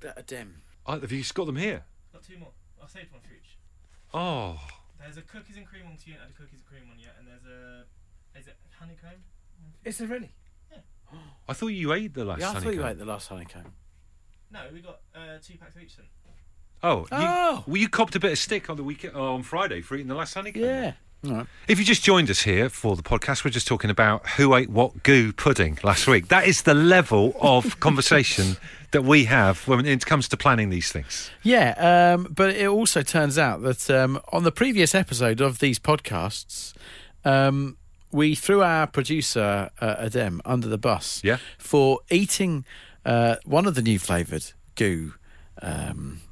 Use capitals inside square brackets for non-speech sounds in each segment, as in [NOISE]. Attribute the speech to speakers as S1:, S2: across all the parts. S1: that damn.
S2: I, have you got them here?
S3: Got two more. I'll saved one for each.
S2: Oh,
S3: There's a cookies and cream one to you, and a cookies and cream one yet, and there's a is it honeycomb?
S1: Is there really?
S2: I thought you ate the last.
S1: yeah, I thought you
S2: honeycomb.
S1: ate the last honeycomb.
S3: No, we got uh, two packs of each then.
S2: Oh, you,
S1: Oh.
S2: well, you copped a bit of stick on the weekend oh, on Friday for eating the last honeycomb.
S1: Yeah. All right.
S2: If you just joined us here for the podcast, we're just talking about who ate what goo pudding last week. That is the level of conversation that we have when it comes to planning these things.
S1: Yeah, um, but it also turns out that um, on the previous episode of these podcasts, um, we threw our producer uh, Adem under the bus
S2: Yeah.
S1: for eating uh, one of the new flavoured goo um,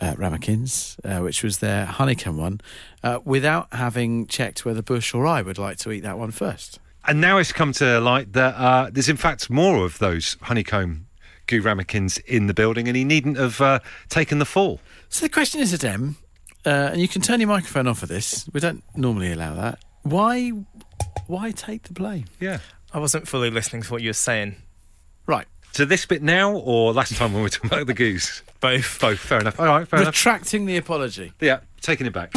S1: uh, ramekins, uh, which was their honeycomb one, uh, without having checked whether Bush or I would like to eat that one first.
S2: And now it's come to light that uh, there's in fact more of those honeycomb goo ramekins in the building, and he needn't have uh, taken the fall.
S1: So the question is, Adem, uh, and you can turn your microphone off for this. We don't normally allow that. Why? Why take the blame?
S2: Yeah.
S3: I wasn't fully listening to what you were saying.
S1: Right.
S2: To this bit now, or last time when we were talking about the goose?
S3: Both.
S2: Both. Fair enough. All right. Fair enough.
S1: Retracting the apology.
S2: Yeah. Taking it back.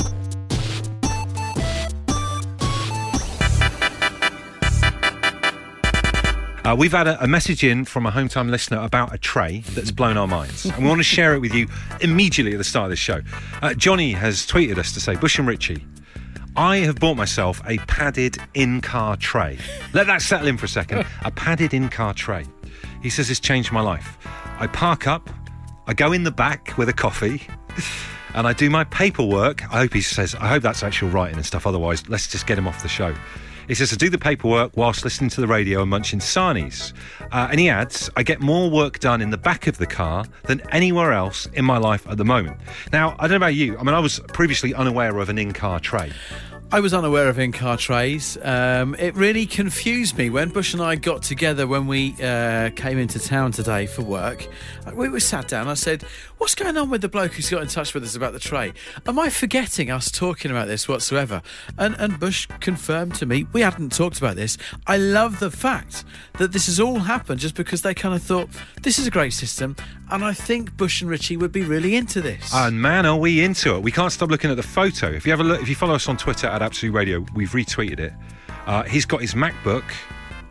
S2: Uh, we've had a, a message in from a hometown listener about a tray that's blown our minds, and we want to share it with you immediately at the start of the show. Uh, Johnny has tweeted us to say, Bush and Richie, I have bought myself a padded in car tray. Let that settle in for a second. A padded in car tray. He says it's changed my life. I park up, I go in the back with a coffee, and I do my paperwork. I hope he says, I hope that's actual writing and stuff. Otherwise, let's just get him off the show. He says, I do the paperwork whilst listening to the radio and munching sarnies. Uh, and he adds, I get more work done in the back of the car than anywhere else in my life at the moment. Now, I don't know about you. I mean, I was previously unaware of an in car tray.
S1: I was unaware of in-car trays. Um, it really confused me when Bush and I got together when we uh, came into town today for work. Uh, We were sat down. I said, "What's going on with the bloke who's got in touch with us about the tray? Am I forgetting us talking about this whatsoever?" And and Bush confirmed to me we hadn't talked about this. I love the fact that this has all happened just because they kind of thought this is a great system, and I think Bush and Richie would be really into this.
S2: And man, are we into it? We can't stop looking at the photo. If you have a look, if you follow us on Twitter at Absolute Radio, we've retweeted it. Uh, he's got his MacBook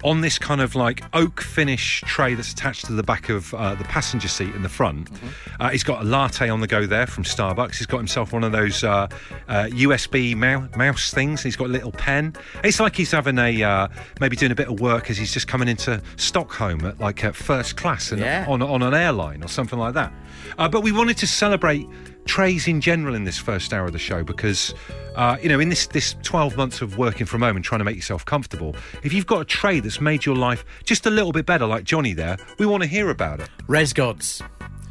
S2: on this kind of like oak finish tray that's attached to the back of uh, the passenger seat in the front. Uh, he's got a latte on the go there from Starbucks. He's got himself one of those uh, uh, USB mou- mouse things. He's got a little pen. It's like he's having a uh, maybe doing a bit of work as he's just coming into Stockholm at like uh, first class and
S1: Yeah.
S2: on on, on an airline or something like that. Uh, but we wanted to celebrate trays in general in this first hour of the show because, uh, you know, in this, this 12 months of working from home and trying to make yourself comfortable, if you've got a tray that's made your life just a little bit better, like Johnny there, we want to hear about it.
S1: Res gods.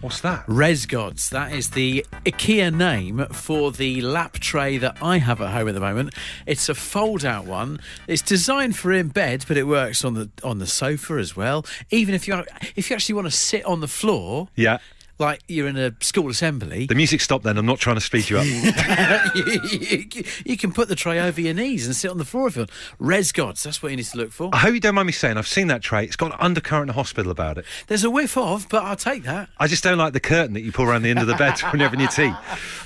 S2: What's that?
S1: Res Gods, that is the IKEA name for the lap tray that I have at home at the moment. It's a fold out one. It's designed for in bed, but it works on the on the sofa as well. Even if you are, if you actually want to sit on the floor,
S2: Yeah.
S1: like you're in a school assembly, [LAUGHS]
S2: The music stopped then. I'm not trying to speed you up. [LAUGHS]
S1: you, you- you can put the tray over your knees and sit on the floor if you want. Res Gods, that's what you need to look for.
S2: I hope you don't mind me saying, I've seen that tray. It's got an undercurrent in hospital about it.
S1: There's a whiff of, but I'll take that.
S2: I just don't like the curtain that you pull around the end of the bed [LAUGHS] when you're having your tea.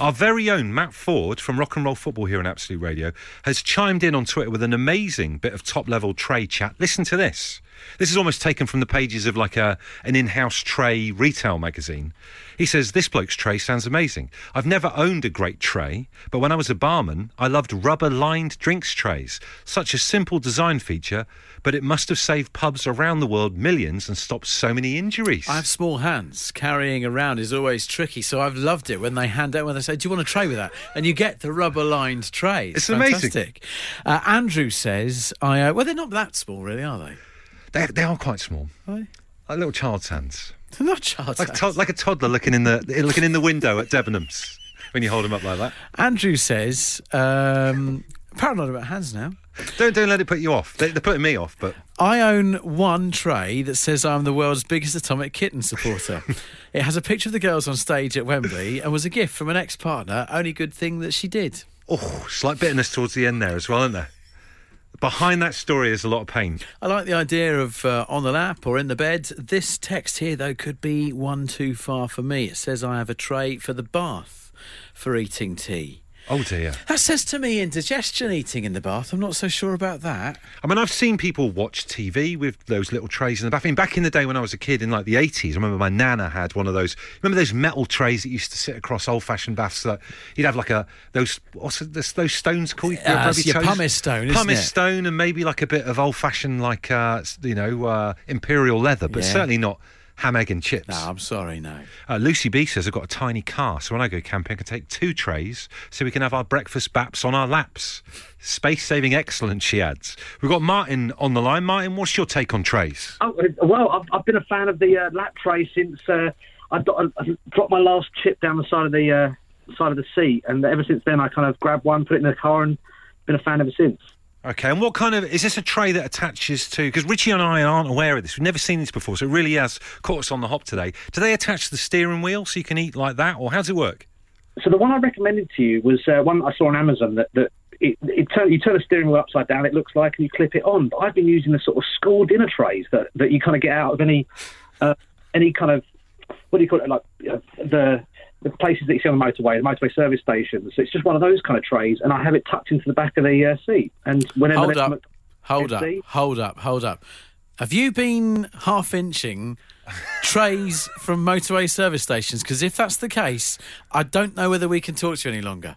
S2: Our very own Matt Ford from Rock and Roll Football here on Absolute Radio has chimed in on Twitter with an amazing bit of top level tray chat. Listen to this. This is almost taken from the pages of like a an in-house tray retail magazine. He says this bloke's tray sounds amazing. I've never owned a great tray, but when I was a barman, I loved rubber-lined drinks trays. Such a simple design feature, but it must have saved pubs around the world millions and stopped so many injuries.
S1: I have small hands. Carrying around is always tricky, so I've loved it when they hand out when they say, "Do you want a tray with that?" And you get the rubber-lined tray.
S2: It's amazing.
S1: Fantastic. Uh, Andrew says, "I uh, well, they're not that small, really, are they?
S2: They, they are quite small,
S1: Are they?
S2: like little child's hands,
S1: They're not charged."
S2: like a, to- like a toddler looking in the looking in the window at Debenhams when you hold them up like that.
S1: Andrew says, um, "Paranoid about hands now."
S2: Don't don't let it put you off. They, they're putting me off, but
S1: I own one tray that says I'm the world's biggest atomic kitten supporter. it has a picture of the girls on stage at Wembley and was a gift from an ex-partner. Only good thing that she did.
S2: oh, slight bitterness towards the end there as well, isn't there? Behind that story is a lot of pain.
S1: I like the idea of uh, on the lap or in the bed. This text here, though, could be one too far for me. It says, I have a tray for the bath for eating tea.
S2: Oh dear.
S1: That says to me indigestion eating in the bath. I'm not so sure about that.
S2: I mean, I've seen people watch TV with those little trays in the bathroom. Back in the day when I was a kid in like the 80s, I remember my nana had one of those. Remember those metal trays that used to sit across old fashioned baths that you'd have like a, those, what's it- this, those stones called?
S1: Uh,
S2: Rubby
S1: it's your
S2: toes?
S1: pumice stone, isn't
S2: Pumice
S1: it?
S2: stone and maybe like a bit of old fashioned, like, uh, s- you know, uh, imperial leather, but
S1: Yeah.
S2: certainly not ham, egg, and chips.
S1: No, I'm sorry, no.
S2: Uh, Lucy B says, I've got a tiny car, so when I go camping, I can take two trays so we can have our breakfast baps on our laps. Space saving excellence, she adds. We've got Martin on the line. Martin, what's your take on trays?
S4: Oh, uh, well, I've, I've been a fan of the uh, lap tray since uh, I, do- I dropped my last chip down the side of the uh, side of the seat, and ever since then I kind of grabbed one, put it in the car, and been a fan ever since.
S2: Okay, and what kind of is this a tray that attaches to? Because Richie and I aren't aware of this. We've never seen this before, so it really has caught us on the hop today. Do they attach to the steering wheel so you can eat like that, or how does it work?
S4: So the one I recommended to you was uh, one I saw on Amazon that that it, it turn, you turn the steering wheel upside down, it looks like, and you clip it on. But I've been using the sort of school dinner trays that, that you kind of get out of any uh, any kind of what do you call it like uh, the the places that you see on the motorway, the motorway service stations. So it's just one of those kind of trays, and I have it tucked into the back of the uh, seat. And whenever
S1: Hold
S4: they
S1: up.
S4: come-
S1: Hold up.
S4: Fifty.
S1: Hold up. Hold up. Have you been half inching trays from motorway service stations? Because if that's the case, I don't know whether we can talk to you any longer.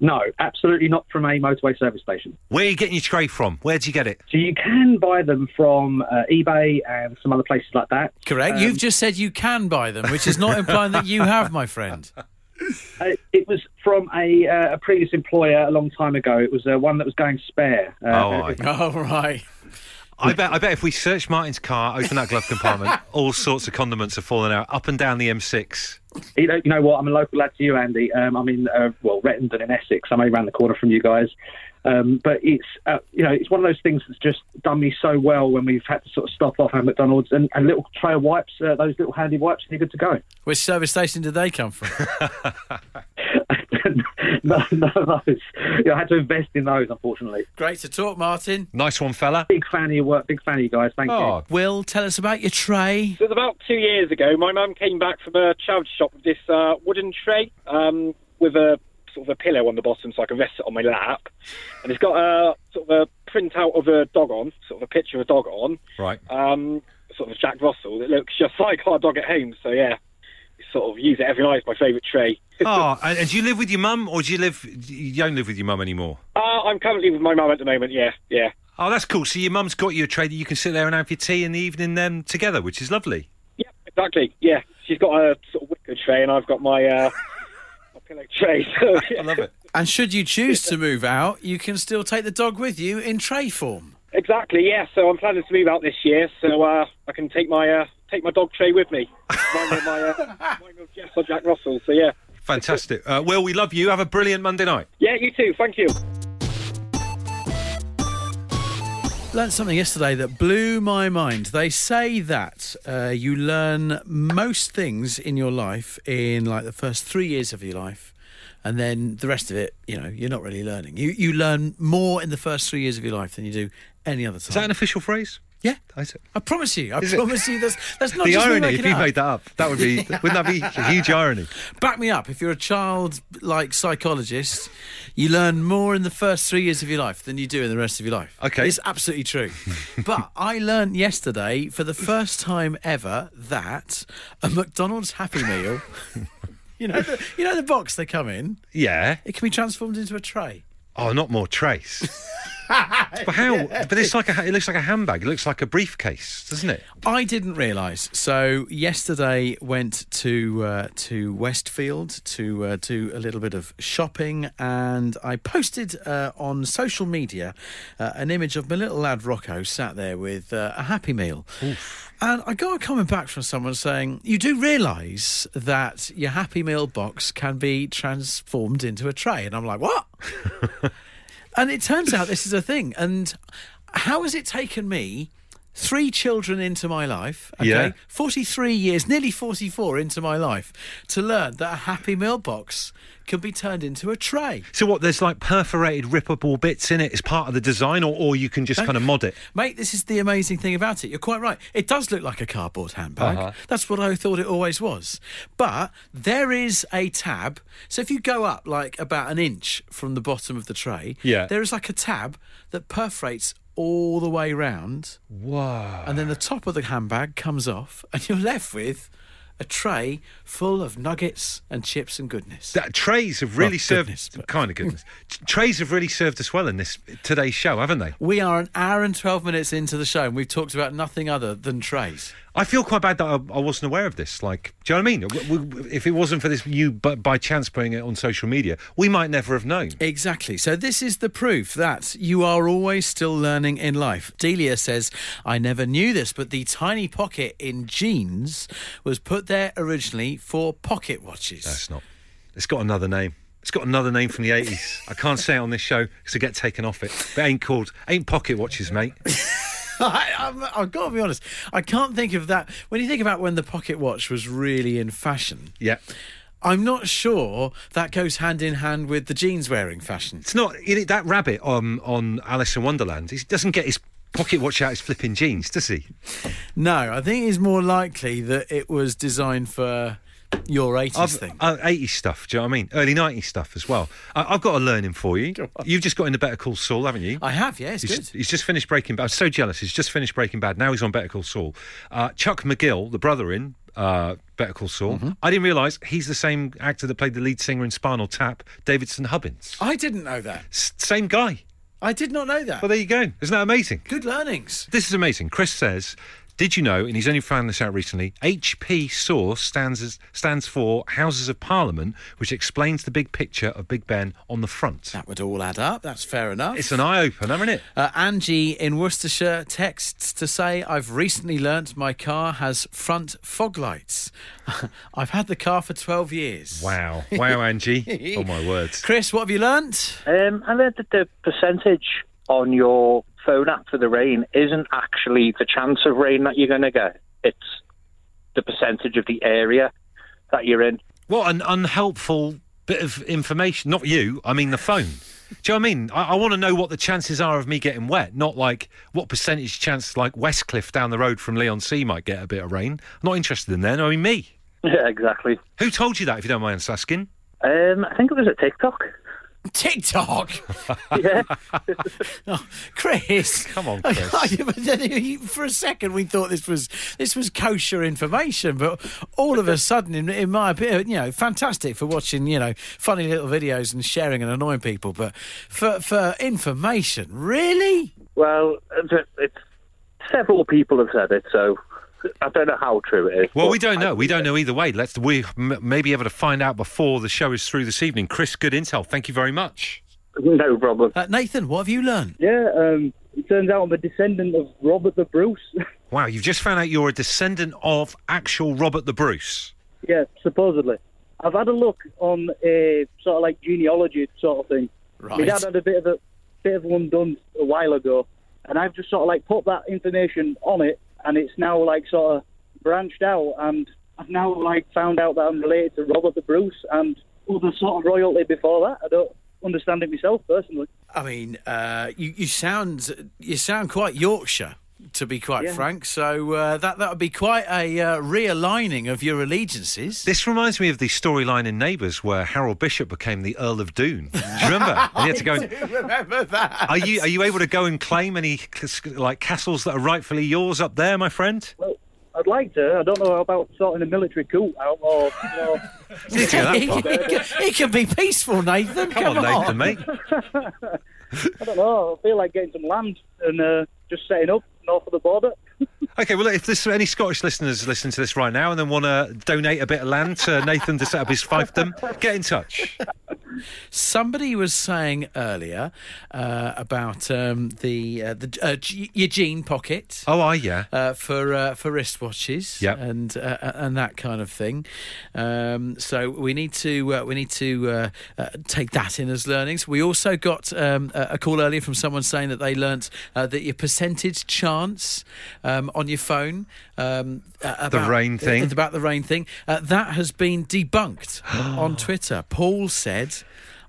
S4: no, absolutely not from a motorway service station.
S2: Where are you getting your tray from? Where do you get it?
S4: So you can buy them from uh, eBay and some other places like that.
S1: Correct. You've just said you can buy them, which is not implying that you have, my friend.
S4: Uh, it was from a, uh, a previous employer a long time ago. It was uh, one that was going spare. Uh,
S2: Oh, I,
S1: [LAUGHS] All right.
S2: I bet. I bet if we search Martin's car, open that glove [LAUGHS] compartment, all sorts of condiments are falling out up and down the M6.
S4: you, know, you know what? I'm a local lad to you, Andy. Um, I'm in uh, well Rettendon in Essex. I'm only round the corner from you guys. Um, but it's uh, you know it's one of those things that's just done me so well when we've had to sort of stop off at McDonald's and, and little tray of wipes, uh, those little handy wipes, they're good to go. [LAUGHS]
S1: Which service station did they come
S2: [LAUGHS]
S1: from?
S4: no, none of those. You know, I had to invest in those, unfortunately.
S1: Great to talk, Martin.
S2: Nice one, fella.
S4: Big fan of your work. Big fan of you guys. Thank you.
S2: Oh,
S1: Will, tell us about your tray.
S5: So it was about two years ago, my mum came back from a charity shop with this uh, wooden tray um, with a sort of a pillow on the bottom so I can rest it on my lap. And it's got a sort of a printout of a dog on, sort of a picture of a dog on,
S2: right.
S5: um, sort of Jack Russell. It looks just [LAUGHS] like our dog at home. So yeah, sort of use it every night. It's my favourite tray.
S2: Oh, and, and do you live with your mum, or do you live? You don't live with your mum anymore.
S5: Uh, I'm currently with my mum at the moment. Yeah, yeah.
S2: Oh, that's cool. So your mum's got you a tray that you can sit there and have your tea in the evening then together, which is lovely.
S5: Yeah, exactly. Yeah, she's got a sort of wicker tray, and I've got my
S2: [LAUGHS]
S5: uh, my pillow tray. So, yeah.
S2: I love it.
S1: And should you choose to move out, you can still take the dog with you in tray form.
S5: Exactly. Yeah. So I'm planning to move out this year, so uh, I can take my uh, take my dog tray with me. Mine with my uh, mine with Jess or Jack Russell. So yeah.
S2: Fantastic. Uh, Will, we love you. Have a brilliant Monday night.
S5: Yeah. You too. Thank you.
S1: Learned something yesterday that blew my mind. They say that uh, you learn most things in your life in like the first three years of your life, and then the rest of it, you know, you're not really learning. You you learn more in the first three years of your life than you do any other
S2: Is that
S1: time.
S2: an official phrase?
S1: yeah,
S2: I said-
S1: I promise you. I
S2: it?
S1: promise you. That's
S2: [LAUGHS]
S1: that's not
S2: the
S1: just me
S2: irony
S1: making
S2: if
S1: it
S2: you
S1: up.
S2: made that up that would be wouldn't that be a huge irony
S1: Back me up. If you're a child like psychologist, you learn more in the first three years of your life than you do in the rest of your life.
S2: Okay.
S1: It's absolutely true. but I learned yesterday for the first time ever that a McDonald's Happy Meal, [LAUGHS] you know, the, you know the box they come in,
S2: yeah
S1: it can be transformed into a tray.
S2: oh not more trace but how but it's like a it looks like a handbag it looks like a briefcase doesn't it
S1: I didn't realise. So yesterday went to uh, to Westfield to uh, do a little bit of shopping, and I posted uh, on social media uh, an image of my little lad Rocco sat there with uh, a Happy Meal, and I got a comment back from someone saying, "You do realise that your Happy Meal box can be transformed into a tray," and I'm like, "What?" And it turns out this is a thing. And how has it taken me three children into my life, okay,
S2: Yeah.
S1: 43 years, nearly 44 into my life, to learn that a Happy Meal box can be turned into a tray.
S2: So what? There's like perforated, rippable bits in it. It's part of the design, or, or you can just kind of mod it.
S1: Mate, this is the amazing thing about it. You're quite right. It does look like a cardboard handbag.
S2: Uh-huh.
S1: That's what I thought it always was. But there is a tab. So if you go up like about an inch from the bottom of the tray,
S2: Yeah.
S1: there is like a tab that perforates all the way round.
S2: Whoa!
S1: And then the top of the handbag comes off, and you're left with a tray full of nuggets and chips and goodness.
S2: That trays have really
S1: Well,
S2: served
S1: Oh, goodness, but-
S2: kind of goodness. T- trays have really served us well in this today's show, haven't they?
S1: we are an hour and 12 minutes into the show, and we've talked about nothing other than trays.
S2: I feel quite bad that I, I wasn't aware of this. Like, do you know what I mean? W- w- If it wasn't for this, you by, by chance putting it on social media, we might never have known.
S1: Exactly. So, this is the proof that you are always still learning in life. Delia says, I never knew this, but the tiny pocket in jeans was put there originally for pocket watches.
S2: No, it's not. It's got another name. It's got another name from the 80s. I can't say it on this show because I get taken off it. But it ain't called, ain't pocket watches, mate.
S1: [LAUGHS] I, I'm, I've got to be honest. I can't think of that. When you think about when the pocket watch was really in fashion,
S2: Yeah.
S1: I'm not sure that goes hand in hand with the jeans wearing fashion.
S2: It's not, you know, that rabbit on, on Alice in Wonderland, he doesn't get his pocket watch out his flipping jeans, does he?
S1: No, I think it's more likely that it was designed for your 80s thing.
S2: Uh, 80s stuff, do you know what I mean? Early 90s stuff as well. I, I've got a learning for you. You've just got into Better Call Saul, haven't you?
S1: I have, yeah, it's
S2: He's
S1: good.
S2: just, he's just finished Breaking Bad. I'm so jealous. He's just finished Breaking Bad. Now he's on Better Call Saul. Uh, Chuck McGill, the brother in uh, Better Call Saul, I didn't realise he's the same actor that played the lead singer in Spinal Tap, Davidson Hubbins.
S1: I didn't know that.
S2: S- same guy.
S1: I did not know that.
S2: Well, there you go. Isn't that amazing?
S1: Good learnings.
S2: This is amazing. Chris says, did you know, and he's only found this out recently, HP Source stands, as, stands for Houses of Parliament, which explains the big picture of Big Ben on the front.
S1: That would all add up. That's fair enough.
S2: It's an eye opener, isn't it?
S1: uh, Angie in Worcestershire texts to say, I've recently learnt my car has front fog lights. [LAUGHS] I've had the car for 12 years.
S2: Wow. Wow, Angie. oh, my words.
S1: Chris, what have you learnt?
S6: Um, I learned that the percentage on your phone app for the rain isn't actually the chance of rain that you're going to get. It's the percentage of the area that you're in.
S2: What an unhelpful bit of information. Not you, I mean the phone. Do you know what I mean? I, I want to know what the chances are of me getting wet, not like what percentage chance, like Westcliff down the road from Leon C might get a bit of rain. I'm not interested in them. I mean me.
S6: Yeah, exactly.
S2: Who told you that, if you don't mind us asking?
S6: Um, I think it was a TikTok.
S4: [LAUGHS]
S1: TikTok.
S6: yeah.
S1: [LAUGHS] Oh, Chris,
S2: Come on, Chris.
S1: Yeah, but then you- For a second, we thought this was this was kosher information, but all of a sudden, in, in my opinion, you know, fantastic for watching, you know, funny little videos and sharing and annoying people, but for for information, really?
S6: Well, it's, it's several people have said it, so I don't know how true it is.
S2: Well, we
S6: but
S2: don't
S6: I
S2: know. We
S6: think
S2: don't know either way. Let's we m- may be able to find out before the show is through this evening. Chris, good intel. Thank you very much.
S6: it- No problem.
S1: Uh, Nathan, what have you learned?
S4: Yeah, um, it turns out I'm a descendant of Robert the Bruce. [LAUGHS]
S2: Wow, you've just found out you're a descendant of actual Robert the Bruce.
S4: yeah, supposedly. I've had a look on a sort of like genealogy sort of thing. My
S1: Right.
S4: dad had a bit of a bit of one done a while ago, and I've just sort of like put that information on it, and it's now like sort of branched out, and I've now like found out that I'm related to Robert the Bruce and other sort of royalty before that. I don't understand it myself personally.
S1: I mean, uh, you you sound you sound quite Yorkshire. To be quite frank, so uh, that that would be quite a uh, realigning of your allegiances.
S2: This reminds me of the storyline in Neighbours where Harold Bishop became the Earl of Doon. Do you [LAUGHS] remember? And he had to go. And,
S1: Remember that.
S2: are you are you able to go and claim any cas- like castles that are rightfully yours up there, my friend?
S4: Well, I'd like to. I don't know about sorting a military coup out or you know.
S2: Did you go that far?
S1: it, can, it can be peaceful, Nathan. Come,
S2: Come on, Nathan, mate.
S4: I don't know. I feel like getting some land and uh, just setting up north of the border.
S2: Okay, well, if there's any Scottish listeners listening to this right now and then want to donate a bit of land to Nathan to set up his fiefdom, get in touch.
S1: Somebody was saying earlier uh, about um, the uh, the uh, G- your jean pocket.
S2: Oh, I yeah.
S1: Uh, for uh, for wristwatches
S2: Yep.
S1: and uh, and that kind of thing, um, so we need to uh, we need to uh, uh, take that in as learnings. We also got um, a a call earlier from someone saying that they learnt uh, that your percentage chance um, on your phone um, uh, about,
S2: rain thing.
S1: uh, about the rain thing uh, that has been
S2: [GASPS]
S1: debunked on Twitter. Paul said.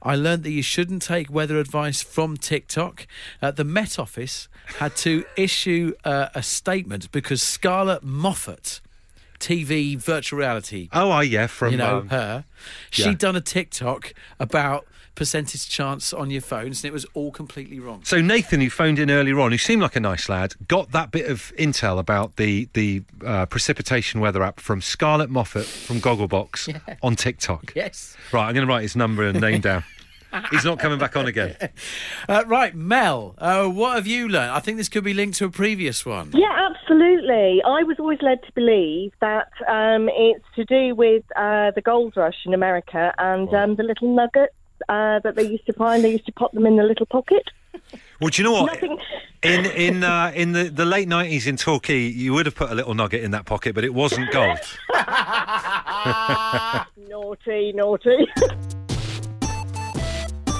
S1: I learnt that you shouldn't take weather advice from TikTok. Uh, the Met Office had
S2: [LAUGHS]
S1: to issue uh, a statement because Scarlett Moffat, TV virtual reality,
S2: Oh, I yeah. From
S1: you know
S2: um,
S1: her,
S2: yeah.
S1: she'd done a TikTok about percentage chance on your phones, and it was all completely wrong.
S2: So Nathan, who phoned in earlier on, who seemed like a nice lad, got that bit of intel about the the uh, precipitation weather app from Scarlett Moffat from Gogglebox on TikTok.
S1: Yes.
S2: Right, I'm going to write his number and name down. He's not coming back on again.
S1: Uh, right, Mel, uh, what have you learnt? I think this could be linked to a previous one.
S7: Yeah, absolutely. I was always led to believe that um, it's to do with uh, the gold rush in America and um, the little nuggets uh, that they used to find. They used to pop them in the little pocket.
S2: Well, do you know what?
S7: Nothing.
S2: In in uh, in the, the late nineties in Torquay, you would have put a little nugget in that pocket, but it wasn't gold.
S7: [LAUGHS] Naughty, naughty. [LAUGHS]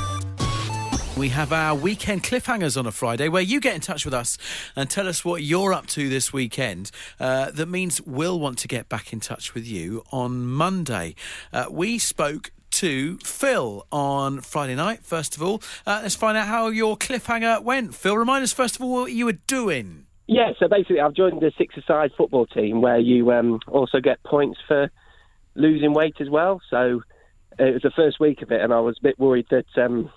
S1: We have our weekend cliffhangers on a Friday where you get in touch with us and tell us what you're up to this weekend. Uh, that means we'll want to get back in touch with you on Monday. Uh, we spoke to Phil on Friday night, first of all. Uh, let's find out how your cliffhanger went. Phil, remind us, first of all, what you were doing.
S8: Yeah, so basically, I've joined the six-a-side football team where you um, also get points for losing weight as well. So it was the first week of it, and I was a bit worried that um,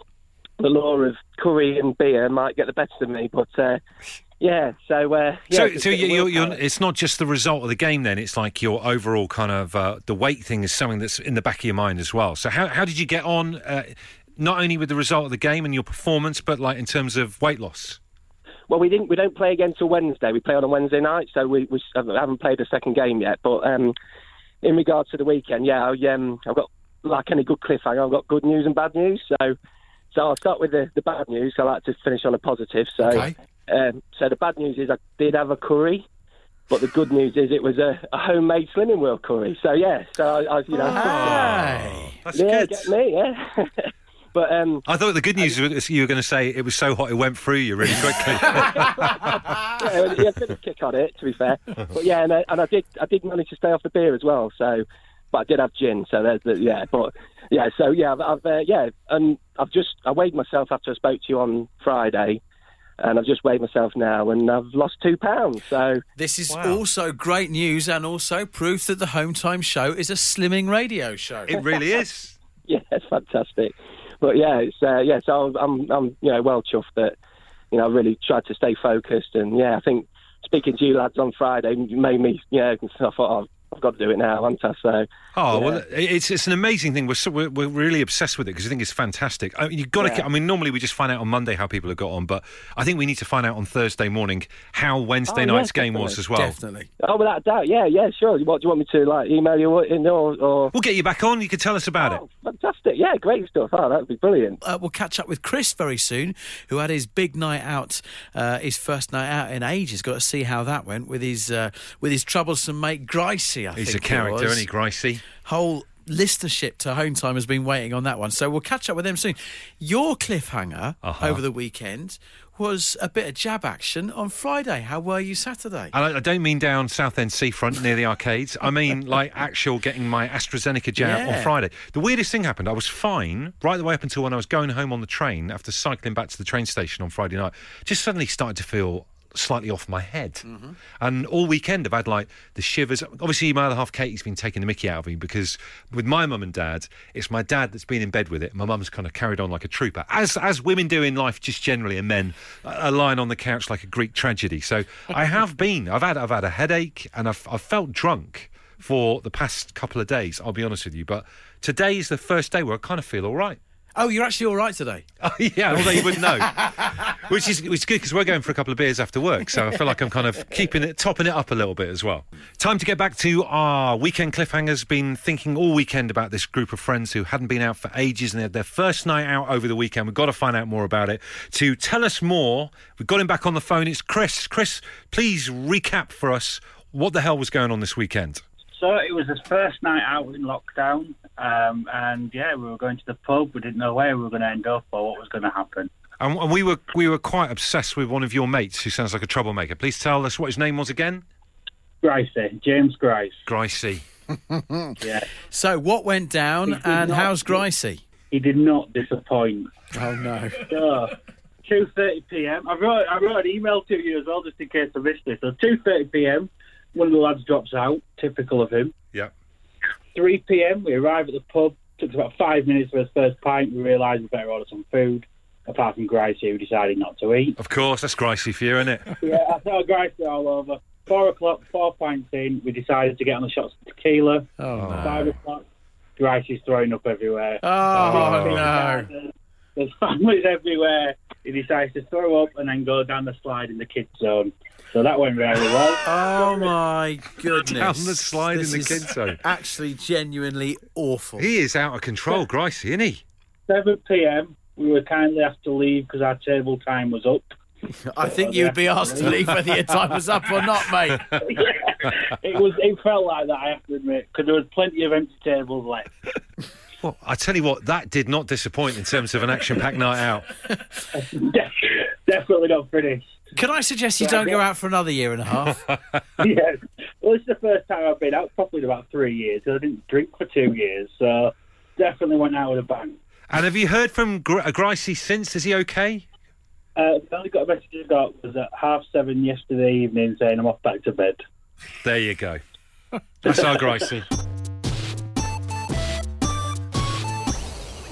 S8: the law of curry and beer might get the best of me. But uh, yeah, so uh, yeah,
S2: so,
S8: it's
S2: so
S8: a bit
S2: you,
S8: of
S2: you're, you're,
S8: willpower.
S2: it's not just the result of the game. Then it's like your overall kind of uh, the weight thing is something that's in the back of your mind as well. So how how did you get on? Uh, not only with the result of the game and your performance, but like in terms of weight loss.
S8: Well, we didn't. We don't play again till Wednesday. We play on a Wednesday night, so we, we s- haven't played a second game yet. But um, in regards to the weekend, yeah, I, um, I've got like any good cliffhanger. I've got good news and bad news. So, so I'll start with the, the bad news. I like to finish on a positive. So,
S1: Okay.
S8: um, so the bad news is I did have a curry, but the good news is it was a, a homemade Slimming World curry. So yeah, so I, I you know,
S1: Hey.
S2: That's
S8: yeah,
S2: good.
S8: get me, yeah. [LAUGHS] but um,
S2: I thought the good news was you were going to say it was so hot it went through you really
S8: [LAUGHS]
S2: quickly. [LAUGHS]
S8: yeah, well, Uh, yeah, a bit of a kick on it, to be fair. But yeah, and I, and I did, I did manage to stay off the beer as well. So, but I did have gin. So there's the yeah. But yeah, so yeah, I've, I've uh, yeah, and I've just I weighed myself after I spoke to you on Friday, and I've just weighed myself now, and I've lost two pounds. So [LAUGHS]
S1: This is
S2: Wow.
S1: also great news and also proof that the Home Time Show is a slimming radio show.
S2: it really is.
S8: yeah, it's fantastic. But yeah, it's uh, yeah. So I'm, I'm you know well chuffed that you know I really tried to stay focused, and yeah, I think speaking to you lads on Friday made me yeah. I thought oh, I've got to do it now, haven't I? So.
S2: Oh well, it- it's it's an amazing thing. We're so, we're, we're really obsessed with it because I think it's fantastic. I mean, you've got to. I mean, normally we just find out on Monday how people have got on, but I think we need to find out on Thursday morning how Wednesday
S8: Oh,
S2: night's
S8: yeah,
S2: game was
S8: definitely.
S2: as well.
S1: Definitely.
S8: Oh, without a doubt, yeah, yeah, sure. What do you want me to like email you or- in or? or...
S2: We'll get you back on. You can tell us about it.
S8: Oh, fantastic! Yeah, great stuff. Oh, that'd be brilliant.
S1: uh, we'll catch up with Chris very soon, who had his big night out, uh, his first night out in ages. Got to see how that went with his uh, with his troublesome mate Gricey. I think
S2: He's a
S1: it
S2: character,
S1: was.
S2: isn't he, Gricey?
S1: Whole listenership to Home Time has been waiting on that one, so we'll catch up with them soon. Your cliffhanger
S2: Uh-huh.
S1: over the weekend was a bit of jab action on Friday. How were you Saturday?
S2: And I, I don't mean down South End seafront near the arcades. I [LAUGHS] mean like actual getting my AstraZeneca jab
S1: Yeah.
S2: on Friday. The weirdest thing happened. I was fine right the way up until when I was going home on the train after cycling back to the train station on Friday night. Just suddenly started to feel slightly off my head. And all weekend I've had like the shivers. Obviously, my other half Katie's been taking the mickey out of me because with my mum and dad, it's my dad that's been in bed with it. My mum's kind of carried on like a trooper, as as women do in life just generally, and men uh, lying on the couch like a Greek tragedy. So I have been. I've had I've had a headache and I've I've felt drunk for the past couple of days. I'll be honest with you, but today is the first day where I kind of feel all right. [LAUGHS]
S1: Oh, you're actually all right today.
S2: Oh, yeah, although you wouldn't know, which is which is good because we're going for a couple of beers after work, so I feel like I'm kind of keeping it, topping it up a little bit as well. Time to get back to our weekend cliffhangers. Been thinking all weekend about this group of friends who hadn't been out for ages and they had their first night out over the weekend. We've got to find out more about it. To tell us more, we've got him back on the phone. It's Chris. Chris, please recap for us what the hell was going on this weekend.
S8: So it was his first night out in lockdown, um, and yeah, we were going to the pub. We didn't know where we were going to end up or what was going to happen.
S2: And and we were we were quite obsessed with one of your mates who sounds like a troublemaker. Please tell us what his name was again.
S8: Gracie, James Grace.
S2: Gricey.
S1: So, what went down and how's Gricey?
S8: He did not disappoint.
S1: Oh, no.
S8: So, 2:30 p.m. I wrote I wrote an email to you as well, just in case I missed this. So 2:30 p.m. One of the lads drops out, typical of him.
S2: Yep.
S8: 3 p.m. We arrive at the pub. Took us about five minutes for his first pint. We realised we better order some food. Apart from Gracie, who decided not to eat.
S2: Of course, that's Gricey for you, isn't it?
S8: Yeah, I saw Gracie all over. Four o'clock, four pints in, we decided to get on the shots of tequila.
S1: Oh, no.
S8: Five o'clock, Gracie's throwing up everywhere.
S1: Oh, no.
S8: There's families everywhere. He decides to throw up and then go down the slide in the kids' zone. So that went very well.
S1: Oh, my goodness.
S2: [LAUGHS] Down the slide in the
S1: is
S2: kids' zone.
S1: Actually, genuinely awful.
S2: He is out of control, Gricey, isn't he?
S8: 7 p.m., we were kindly asked to leave because our table time was up.
S1: I think you'd be asked to leave whether your time was up or not,
S2: [LAUGHS]
S1: mate.
S8: [LAUGHS] it was. It felt like that, I have to admit, because there was plenty of empty tables left. [LAUGHS]
S2: Well, I tell you what, that did not disappoint in terms of an action-packed night out.
S8: Def- Definitely not finished.
S1: Can I suggest you don't go out for another year and a half?
S8: yeah. Well, it's the first time I've been out probably in about three years. I didn't drink for two years, so definitely went out with a bang.
S2: And have you heard from Gr- uh, Gricey since? Is he okay?
S8: Uh, the only got a message I got was at half seven yesterday evening saying I'm off back to bed.
S2: There you [LAUGHS] go. That's our Gricey.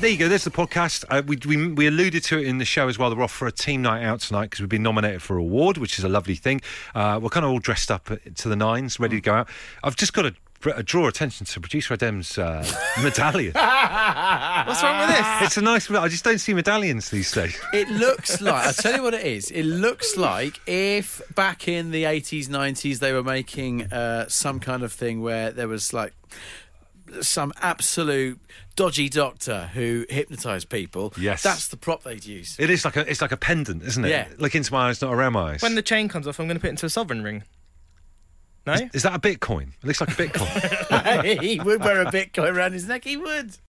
S2: There you go. There's the podcast. Uh, we, we, we alluded to it in the show as well. That we're off for a team night out tonight because we've been nominated for an award, which is a lovely thing. Uh, we're kind of all dressed up to the nines, ready to go out. I've just got to dr- draw attention to producer Adem's uh, medallion.
S1: What's wrong with this?
S2: it's a nice. I just don't see medallions these days.
S1: It looks like I'll tell you what it is. It looks like if back in the eighties, nineties, they were making uh, some kind of thing where there was like some absolute dodgy doctor who hypnotised people.
S2: Yes.
S1: that's the prop they'd use. [LAUGHS]
S2: It is like a it's like a pendant, isn't it?
S1: Yeah.
S2: Like into my eyes, not around my eyes.
S3: When the chain comes off, I'm going to put it into a sovereign ring. No?
S2: is that a Bitcoin? It looks like a Bitcoin.
S1: he would wear a bitcoin around his neck. He would.